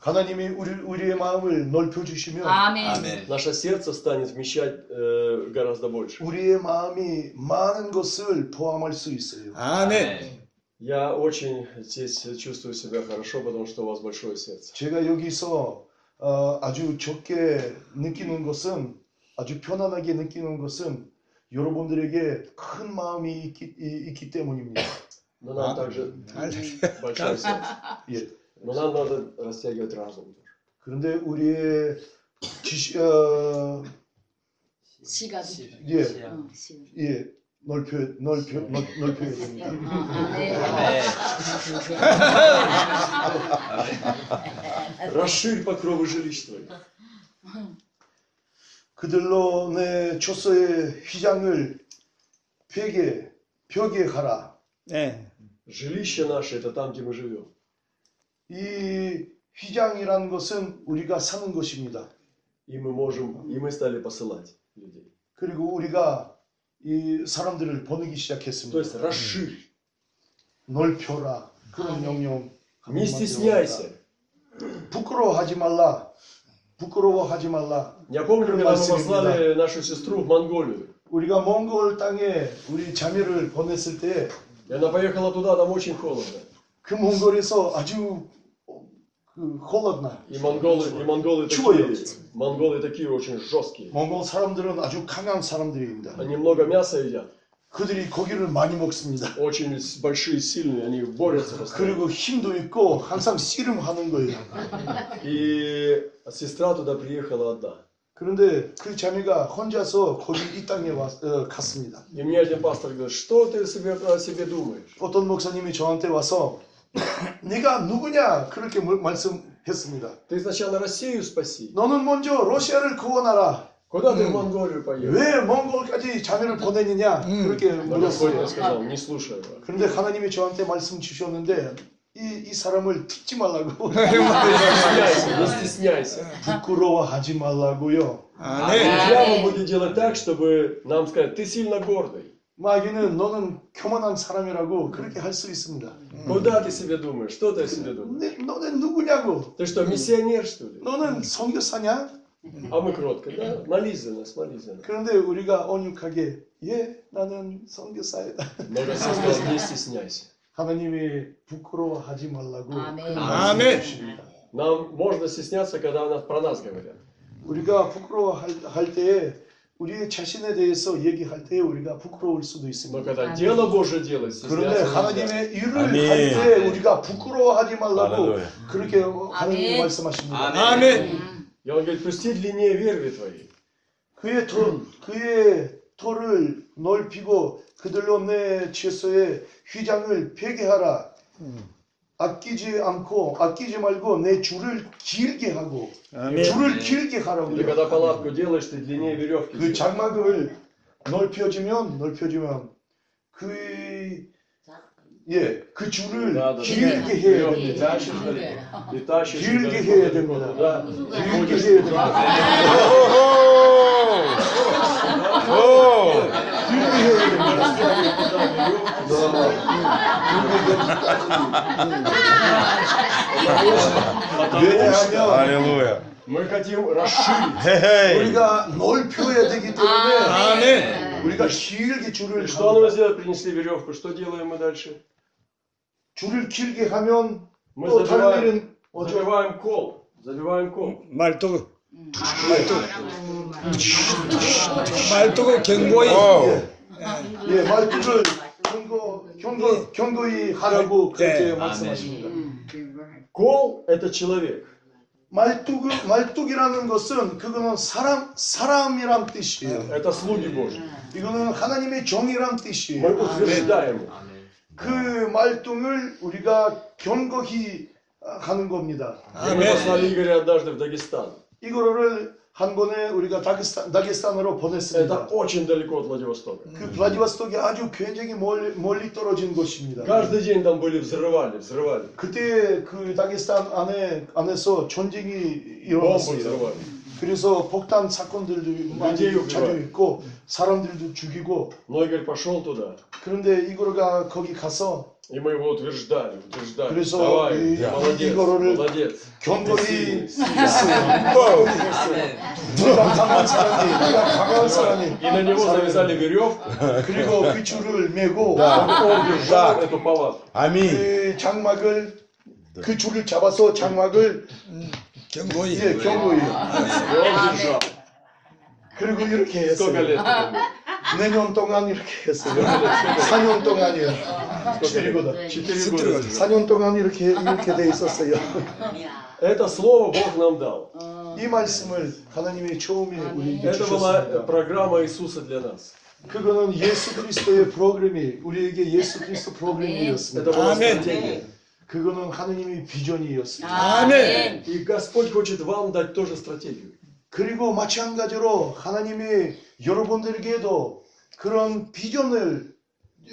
Speaker 1: 하나님이 우리 우리의 마음을 넓혀 주시면
Speaker 3: 아멘.
Speaker 2: Наше сердце станет вмещать э, гораздо больше.
Speaker 1: 우리의 마음이 많은 것을 포함할 수 있어요.
Speaker 7: 아멘.
Speaker 2: Я очень здесь чувствую себя хорошо, потому что у вас большое сердце.
Speaker 1: 제가 여기서 어, 아주 적게 느끼는 것은 아주 편안하게 느끼는 것은 여러분들에게 큰 마음이 있기, 이- 있기 때문입니다.
Speaker 2: Но нам также большое сердце. Но нам надо растягивать разум.
Speaker 1: 그런데 우리의 지시, 어,
Speaker 3: 시간.
Speaker 1: 예,
Speaker 3: 어,
Speaker 1: 예, 넓혀, 넓혀, 넓, 넓혀야 됩니다.
Speaker 3: 아, 아멘.
Speaker 2: Расширь покровы жилищ твоих.
Speaker 1: 그들로 내 초소의 휘장을 벽에, 벽에 하라.
Speaker 7: 네.
Speaker 2: Жилище наше – это там, где мы живем.
Speaker 1: 이 휘장이라는 것은 우리가 사는 것입니다.
Speaker 2: И мы можем, и мы стали посылать людей.
Speaker 1: 그리고 우리가 이 사람들을 보내기
Speaker 2: То есть
Speaker 1: 시작했습니다.
Speaker 2: расширь,
Speaker 1: 넓혀라. 그런 명령.
Speaker 2: не стесняйся.
Speaker 1: 부끄러워하지 말라. 부끄러워하지 말라.
Speaker 2: Я помню, когда мы послали нашу сестру в Монголию.
Speaker 1: 우리가 몽골 땅에 우리 자매를 보냈을 때 그
Speaker 2: И она поехала туда, там очень холодно.
Speaker 1: 몽골에서 아주 그 холод나.
Speaker 2: И монголы, и монголы такие,
Speaker 1: Чует.
Speaker 2: монголы такие очень жесткие.
Speaker 1: 몽골 사람들은 아주 강한 사람들입니다.
Speaker 2: Они много мяса едят,
Speaker 1: 그들이 고기를 많이 먹습니다.
Speaker 2: очень с- большие, сильные, они борются постоянно.
Speaker 1: 그리고 힘도 있고 항상 씨름하는 거예요.
Speaker 2: И сестра туда приехала одна.
Speaker 1: 그런데 그 자매가 혼자서 거기 이 땅에 왔, 어, 갔습니다.
Speaker 2: И мне один пастор говорит, что ты себе, о себе думаешь?
Speaker 1: 어떤 목사님이 저한테 와서 네가 누구냐 그렇게 물- 말씀했습니다.
Speaker 2: Ты сначала Россию спаси,
Speaker 1: 너는 먼저 러시아를 구원하라.
Speaker 2: Куда ты в Монголию поехал?
Speaker 1: 왜 몽골까지 자매를 보내느냐
Speaker 7: 음.
Speaker 1: 그렇게
Speaker 2: Тогда Сойта
Speaker 1: 물었어요.
Speaker 2: сказал, не слушай его.
Speaker 1: 그런데 하나님이 저한테 말씀 주셨는데 이, 이 사람을 듣지 말라고
Speaker 2: Не стесняйся, не стесняйся.
Speaker 1: 부끄러워하지 말라고요.
Speaker 7: 아멘.
Speaker 2: Дьявол будет делать так, чтобы нам сказать, ты сильно гордый.
Speaker 1: 마귀는 너는 교만한 사람이라고 그렇게 할 수 있습니다.
Speaker 2: Куда ты себе думаешь? Что ты о себе думаешь?
Speaker 1: 네, 너는 누구냐고?
Speaker 2: Ты что, миссионер, что ли?
Speaker 1: 너는 선교사냐?
Speaker 2: А мы кротко, да? Молись за нас, молись за нас.
Speaker 1: 그런데 우리가 온유하게 예 나는 선교사이다.
Speaker 2: Но Господь сказал, не стесняйся.
Speaker 1: 하나님이 부끄러워하지 말라고
Speaker 3: 아멘.
Speaker 1: 그런
Speaker 7: 아멘.
Speaker 1: 말씀을 주십니다.
Speaker 2: Нам можно стесняться, когда нас- про нас говорят.
Speaker 1: 우리가 부끄러워할 할 때에 우리 자신에 대해서 얘기할 때에 우리가 부끄러울 수도
Speaker 2: Но
Speaker 1: 있습니다.
Speaker 2: когда дело Божье делать,
Speaker 1: 그런데
Speaker 2: стесняться нельзя.
Speaker 1: 하나님의 일을
Speaker 6: 아멘.
Speaker 1: 할 때 우리가 부끄러워하지 말라고
Speaker 6: Аллилуйя.
Speaker 1: 그렇게 하나님이
Speaker 3: 아멘.
Speaker 1: 말씀하십니다.
Speaker 7: 아멘.
Speaker 2: И он говорит, пусти длиннее верви твои.
Speaker 1: 그의 털,
Speaker 3: 음.
Speaker 1: 그의 털을 넓히고 그들로 내 최소의 휘장을 폐게하라.
Speaker 3: 음.
Speaker 1: 아끼지 않고 아끼지 말고 내 줄을 길게 하고
Speaker 5: 네.
Speaker 1: 줄을 길게
Speaker 2: Или
Speaker 1: 하라고요.
Speaker 2: когда палатку делаешь, ты длиннее веревки.
Speaker 1: 그
Speaker 2: делаешь.
Speaker 1: 장막을 넓혀지면 넓혀지면 그의 예, 그 줄을
Speaker 2: Да, да, да.
Speaker 7: 네.
Speaker 1: 길게 해야
Speaker 2: Веревки
Speaker 1: 됩니다.
Speaker 2: тащишь далеко. И тащишь
Speaker 1: Гильги
Speaker 2: далеко,
Speaker 1: Хея,
Speaker 2: далеко
Speaker 1: да.
Speaker 7: 네.
Speaker 2: туда.
Speaker 1: Гильги
Speaker 2: Ходишь
Speaker 1: Хея,
Speaker 2: туда.
Speaker 1: 왜냐하면
Speaker 6: Аллилуйя.
Speaker 2: Мы хотим расширить,
Speaker 7: 네.
Speaker 6: Хе-хей.
Speaker 1: 우리가 넓혀야 되기
Speaker 3: 아, 네.
Speaker 7: 아,
Speaker 1: 때문에
Speaker 7: 아멘.
Speaker 1: 우리가 길게 줄을
Speaker 7: 네.
Speaker 2: Что нам
Speaker 1: 하고
Speaker 2: сделать? Принесли веревку. Что делаем мы дальше?
Speaker 1: 줄을 길게 하면
Speaker 2: Мы
Speaker 1: 또 다른
Speaker 2: забиваем,
Speaker 1: 일은 어쩌
Speaker 2: забиваем кол. Забиваем кол.
Speaker 7: 말뚝. 네. 말뚝. 말뚝 경고에
Speaker 6: Оу.
Speaker 7: 네.
Speaker 1: 예, 말투를 경고, 경고, 경고히 하라고 그렇게
Speaker 7: 네.
Speaker 1: 말씀하십니다.
Speaker 2: Кол – это человек.
Speaker 1: 말뚝, 말뚝이라는 것은 그거는 사람, 사람이란 뜻이에요.
Speaker 2: Это слуги Божьи.
Speaker 1: 이거는 하나님의 정이란
Speaker 2: Мы
Speaker 1: 뜻이에요.
Speaker 2: утверждаем их.
Speaker 1: 그 말뚝을 우리가 경고히 하는 겁니다.
Speaker 2: И Мы послали Игоря однажды в Дагестан.
Speaker 1: 이거를 한 번에 우리가 다게스탄, 다게스탄으로
Speaker 2: Это
Speaker 1: 예, 보냈습니다.
Speaker 2: очень далеко от Владивостока.
Speaker 1: 그 블라디보스톡이 아주 굉장히 멀리, 멀리 떨어진 곳입니다.
Speaker 2: Каждый день там были взрывали, взрывали.
Speaker 1: 그때 그 다게스탄 안에 안에서 전쟁이
Speaker 2: Бомбы
Speaker 1: 일어났어요. 음,
Speaker 2: взрывали.
Speaker 1: 그래서 폭탄 사건들도
Speaker 2: 문제예요,
Speaker 1: 많이 자주
Speaker 2: 그거.
Speaker 1: 있고 사람들도 죽이고
Speaker 2: Но Игорь пошел туда.
Speaker 1: 그런데 이거가 거기 가서
Speaker 2: И мы его утверждали, утверждали.
Speaker 1: Крысо,
Speaker 2: Давай,
Speaker 1: и-
Speaker 2: молодец,
Speaker 1: Игорь,
Speaker 2: молодец.
Speaker 1: 경고히
Speaker 2: Ты сильный.
Speaker 1: 했어요. 누가 강한 사람이, 누가 강한 사람이.
Speaker 2: И на него завязали веревку,
Speaker 1: 그리고 그 줄을 메고
Speaker 2: он держал эту палатку.
Speaker 6: Аминь.
Speaker 1: 그 장막을 그 줄을 잡아서 장막을
Speaker 7: 경고에
Speaker 1: 예, 경고히
Speaker 2: И он держал.
Speaker 1: 그리고 이렇게
Speaker 2: Сколько
Speaker 1: 했어요.
Speaker 2: лет? этому?
Speaker 1: 4년 동안 이렇게 했어요.
Speaker 2: Сколько лет? Сколько лет?
Speaker 1: 4년 동안이요.
Speaker 2: Сколько лет?
Speaker 1: 4거다.
Speaker 2: Четыре года. держал.
Speaker 1: 4년 동안 이렇게 이렇게 돼 있었어요.
Speaker 2: Это слово Бог нам дал.
Speaker 1: 이 말씀을 하나님이 처음에 우리에게
Speaker 2: Это была э,
Speaker 1: 주셨습니다.
Speaker 2: программа Иисуса для нас.
Speaker 1: 그거는 예수 그리스도의 프로그램이 우리에게 예수 그리스도
Speaker 2: Это
Speaker 1: 프로그램이었습니다.
Speaker 2: была
Speaker 7: Аминь.
Speaker 2: стратегия.
Speaker 1: 그거는 하나님의 비전이었습니다.
Speaker 3: 아멘.
Speaker 2: И Господь хочет вам дать тоже стратегию.
Speaker 1: 그리고 마찬가지로 하나님이 여러분들에게도 그런 비전을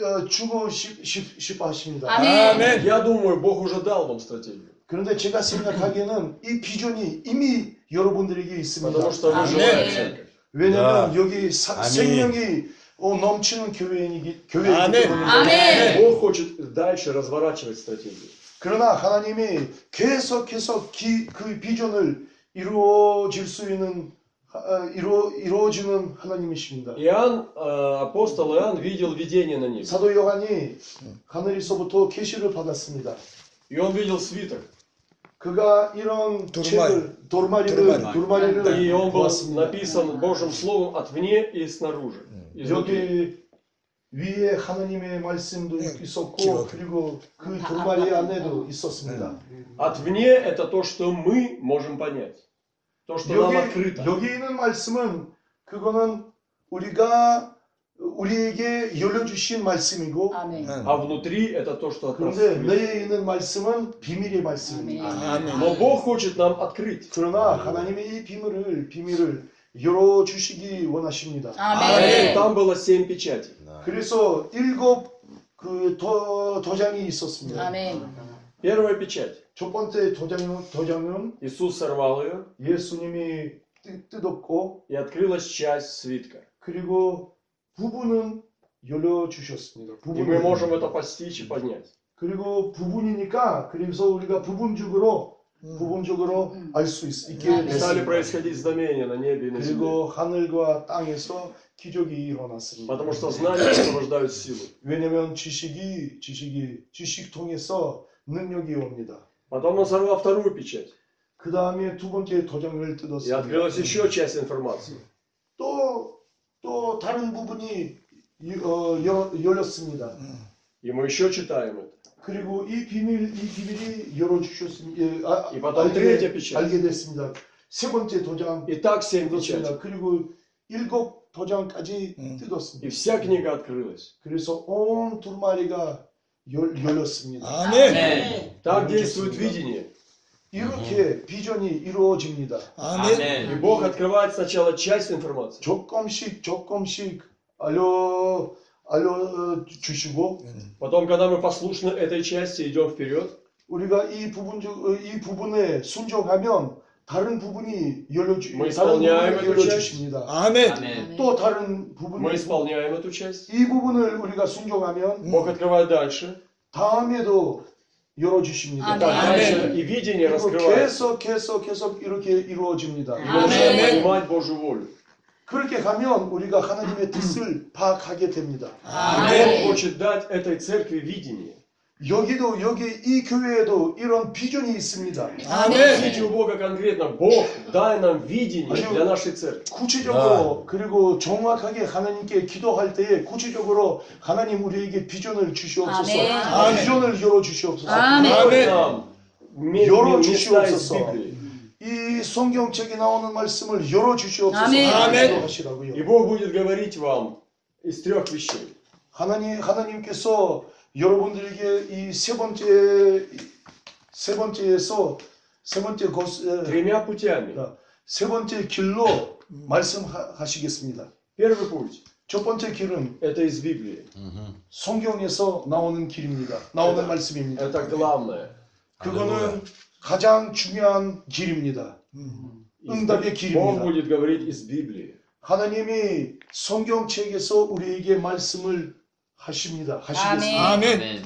Speaker 1: 어, 주고 싶- 싶- 싶어 하십니다.
Speaker 3: 아멘.
Speaker 2: Я думаю, Бог уже дал вам стратегию.
Speaker 1: 그런데 제가 생각하기에는 이 비전이 이미 여러분들에게 있습니다.
Speaker 2: Потому что вы
Speaker 3: Аминь.
Speaker 2: живая церковь.
Speaker 1: 왜냐하면 여기 사-
Speaker 6: 아멘.
Speaker 1: 생명이 어, 넘치는 교회이기, 교회이기
Speaker 7: 아멘.
Speaker 1: 때문에
Speaker 3: 아멘.
Speaker 2: Бог хочет дальше разворачивать стратегию.
Speaker 1: 그러나 하나님이 계속해서 기- 그 비전을 이루어질 수 있는 아, 이루, 이루어지는 하나님이십니다.
Speaker 2: Иоанн, э, апостол Иоанн видел видение на небе.
Speaker 1: 사도 요한이 하늘에서부터 계시를 받았습니다.
Speaker 2: И он видел свиток.
Speaker 1: 그가 이런
Speaker 7: 두루마리.
Speaker 1: 책을 도르마리를
Speaker 7: 두루마리. 네.
Speaker 2: И
Speaker 1: 도르마리를
Speaker 2: он был
Speaker 1: 보았습니다.
Speaker 2: написан Божьим Словом отвне и снаружи. Изнутри.
Speaker 1: 여기 위에 하나님의 말씀도 있었고
Speaker 7: 네. 기록.
Speaker 1: 그리고 그 도르마리 안에도 있었습니다.
Speaker 7: 네.
Speaker 2: Отвне это то, что мы можем понять. То, что нам
Speaker 1: 여기
Speaker 2: открыто.
Speaker 1: 여기 있는 말씀은 그거는 우리가 우리에게 열려주신 말씀이고
Speaker 3: 아멘.
Speaker 2: А внутри это то, что от нас
Speaker 1: 그런데
Speaker 2: скрыто.
Speaker 1: 내에 있는 말씀은 비밀의 말씀입니다.
Speaker 7: 아멘.
Speaker 2: Но Бог хочет нам открыть.
Speaker 1: 그러나 하나님의 이 비밀을 비밀을 열어 주시기 원하십니다.
Speaker 2: И
Speaker 3: 아멘.
Speaker 2: Там было семь печатей.
Speaker 1: 그래서 일곱 그 도, 도장이 있었습니다.
Speaker 3: 아멘.
Speaker 2: Первая печать.
Speaker 1: 첫 번째 도장은, 도장은
Speaker 2: Иисус сорвал ее,
Speaker 1: 예수님이 뜯- 뜯었고
Speaker 2: и открылась часть свитка.
Speaker 1: 그리고 부분은 열어 주셨습니다.
Speaker 2: И мы
Speaker 1: 부분
Speaker 2: можем это постичь и поднять.
Speaker 1: 그리고 부분이니까 그래서 우리가 부분적으로 부분적으로 알 수 있게
Speaker 2: И стали
Speaker 1: 됐습니다.
Speaker 2: происходить знамения на небе и на земле.
Speaker 1: 그리고 하늘과 땅에서 기적이 일어났습니다.
Speaker 2: Потому что знания освобождают силу.
Speaker 1: 왜냐면 지식이 지식이 지식 통해서 능력이 옵니다.
Speaker 2: Потом он сорвал вторую печать.
Speaker 1: 그 다음에 두 번째 도장을
Speaker 2: И
Speaker 1: 뜯었습니다.
Speaker 2: открылась еще часть информации.
Speaker 1: 또, 또 다른 부분이 이- 어, 여- 열렸습니다.
Speaker 2: И мы еще читаем это.
Speaker 1: 그리고 이 비밀 이 비밀이 열어주셨습니다. 예, 아,
Speaker 2: И потом третья
Speaker 1: 알게,
Speaker 2: печать.
Speaker 1: 알게 됐습니다. 세 번째 도장
Speaker 2: И так семь печатей.
Speaker 1: 뜯었습니다. 그리고 일곱 도장까지
Speaker 7: 음.
Speaker 1: 뜯었습니다.
Speaker 2: И вся книга открылась.
Speaker 1: 그래서 온 두루마리가 열,
Speaker 6: 아.
Speaker 1: 열렸습니다.
Speaker 7: Аминь.
Speaker 2: Так действует видение.
Speaker 1: 이렇게 비전이 이루어집니다.
Speaker 7: Аминь.
Speaker 2: И Бог открывает сначала часть информации.
Speaker 1: 조금씩 조금씩 알려 알려 주시고
Speaker 2: Потом, когда мы послушны этой части, идем вперед,
Speaker 1: 우리가 이 부분 중- 어, 이 부분에 순종하면 다른 부분이 열려 주
Speaker 2: 뭐
Speaker 1: 다른 부분이
Speaker 2: 있었냐,
Speaker 1: 열려
Speaker 2: 이거지? 뭐
Speaker 1: 주십니다.
Speaker 7: Аминь.
Speaker 1: 또 다른 부분
Speaker 2: мы исполняем эту часть.
Speaker 1: 이 부분을 우리가 순종하면
Speaker 2: Бог открывает дальше.
Speaker 1: 다음에도 열어
Speaker 2: 네.
Speaker 1: 주십니다.
Speaker 3: 아멘.
Speaker 2: Дальше. И видение
Speaker 1: 그리고
Speaker 2: раскрывается.
Speaker 1: 계속 계속 계속 이렇게 이루어집니다.
Speaker 2: И
Speaker 3: 아,
Speaker 2: мы начинаем
Speaker 3: Аминь.
Speaker 2: понимать Божью волю.
Speaker 1: 그렇게 가면 우리가 하나님의 뜻을 파악하게 됩니다.
Speaker 2: Бог
Speaker 3: 아멘.
Speaker 2: хочет дать этой церкви видение.
Speaker 1: 여기도 여기 이 교회에도 이런 비전이 있습니다.
Speaker 2: Просите у Бога конкретно, Бог, дай нам видение для нашей церкви.
Speaker 3: 아.
Speaker 1: 구체적으로 그리고 정확하게 하나님께 기도할 때에 구체적으로 하나님 우리에게 비전을 주시옵소서.
Speaker 3: 아멘. 네.
Speaker 1: 아, 비전을 열어 주시옵소서.
Speaker 3: 아멘. 네.
Speaker 2: Открой
Speaker 7: Аминь.
Speaker 2: нам ме-
Speaker 1: Йоро
Speaker 2: ме- места из
Speaker 1: чучело.
Speaker 2: Библии.
Speaker 1: 이 성경책에 나오는 말씀을 열어 주시옵소서.
Speaker 3: 아멘. 네.
Speaker 7: 아멘.
Speaker 1: 기도하시라고요.
Speaker 2: И Бог будет говорить вам из трех вещей.
Speaker 1: 하나님 하나님께서 여러분들에게 이 세 번째 세 번째에서 세 번째 곳, 에,
Speaker 2: Тремя путями.
Speaker 1: 세 번째 길로 말씀하시겠습니다.
Speaker 2: Первый путь
Speaker 1: 첫 번째 길은
Speaker 2: – это из Библии.
Speaker 1: 성경에서 나오는 길입니다. 나오는 말씀입니다.
Speaker 2: Это главное.
Speaker 1: 그거는 가장 중요한 길입니다.
Speaker 2: Из-
Speaker 1: 응답의
Speaker 2: Бог
Speaker 1: 길입니다.
Speaker 2: будет говорить из Библии.
Speaker 1: 하나님이 성경책에서 우리에게 말씀을 하십니다. 하시겠습니다.
Speaker 7: Аминь.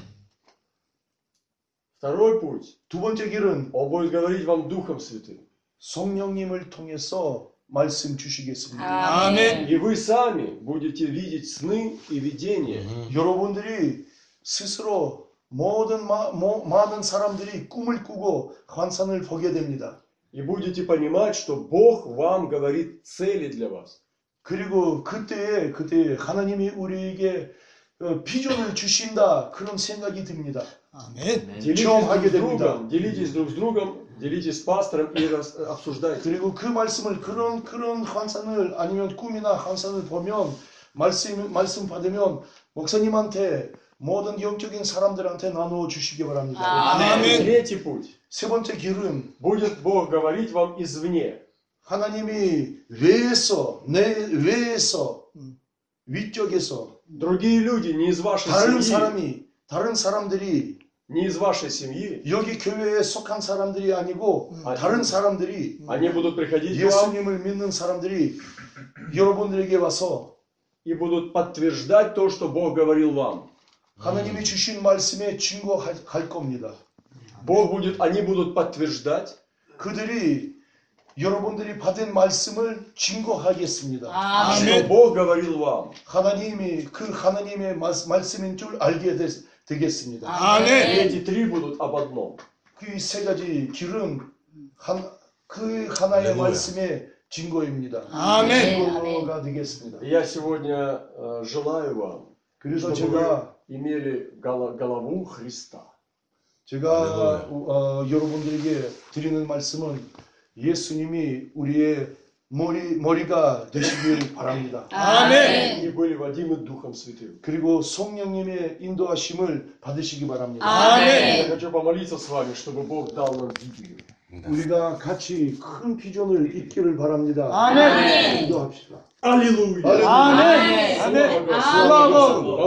Speaker 2: Второй путь
Speaker 1: 두 번째 길은
Speaker 2: – Он будет говорить вам Духом Святым.
Speaker 1: 성령님을 통해서 말씀 주시겠습니다.
Speaker 3: 아멘.
Speaker 2: И вы сами будете видеть сны и видения.
Speaker 1: 여러분들이 스스로 모든 마- 모- 많은 사람들이 꿈을 꾸고 환상을 보게 됩니다.
Speaker 2: И будете понимать, что Бог вам говорит цели для вас.
Speaker 1: 그리고 그때에 그때에 하나님이 우리에게 어, 비전을 주신다 그런 생각이 듭니다.
Speaker 7: Аминь.
Speaker 2: Делитесь
Speaker 1: Чем
Speaker 2: друг с
Speaker 1: Агедем,
Speaker 2: другом, делитесь друг с другом, делитесь с пастором и рас- обсуждайте.
Speaker 1: 그리고 그 말씀을 그런 그런 환상을 아니면 꿈이나 환상을 보면 말씀 말씀 받으면 목사님한테 모든 영적인 사람들한테 나누어 주시기
Speaker 2: 아,
Speaker 1: 바랍니다.
Speaker 2: Аминь. Третий путь.
Speaker 1: 세 번째 길은
Speaker 2: Будет Бог говорить вам извне.
Speaker 1: 하나님이 외에서 내 외에서 위쪽에서
Speaker 2: Другие люди не из вашей
Speaker 1: 다른
Speaker 2: семьи,
Speaker 1: 사람이 다른 사람들이
Speaker 2: не из вашей семьи,
Speaker 1: 여기 교회에 속한 사람들이 아니고
Speaker 2: 아,
Speaker 1: 다른 사람들이
Speaker 2: они будут приходить к вам
Speaker 1: 예수님을 믿는 사람들이 여러분들에게 와서
Speaker 2: и будут подтверждать то, что Бог говорил вам.
Speaker 1: 하나님이 주신 말씀에 증거할 겁니다.
Speaker 2: Бог будет, они будут подтверждать,
Speaker 1: 그들이 여러분들이 받은 말씀을 증거하겠습니다.
Speaker 3: 아멘.
Speaker 2: что Бог говорил вам.
Speaker 1: 하나님이 그 하나님의 말, 말씀인 줄 알게 되, 되겠습니다.
Speaker 2: И
Speaker 3: 아멘.
Speaker 2: эти три будут об одном.
Speaker 1: 그 세 가지 길은
Speaker 5: 음.
Speaker 1: 한, 그 하나의 말씀의 증거입니다.
Speaker 7: Аминь.
Speaker 1: 증거가 되겠습니다.
Speaker 2: И Я сегодня э, желаю вам,
Speaker 1: 그래서
Speaker 2: чтобы
Speaker 1: 제가
Speaker 2: вы имели голо- голову Христа.
Speaker 1: 제가 어, 여러분들에게 드리는 말씀은 예수님이 우리의 머리 머리가 되시길 바랍니다.
Speaker 2: И были водимы Духом Святым.
Speaker 1: 그리고 성령님의 인도하심을 받으시기 바랍니다.
Speaker 2: Я
Speaker 3: 아멘.
Speaker 2: хочу помолиться с вами, чтобы Бог дал нам Библию.
Speaker 1: 우리가 같이 큰 비전을 입기를 바랍니다.
Speaker 5: 아멘.
Speaker 1: 기도합시다.
Speaker 5: 아멘. 아멘.
Speaker 3: 아멘.
Speaker 5: 수고하고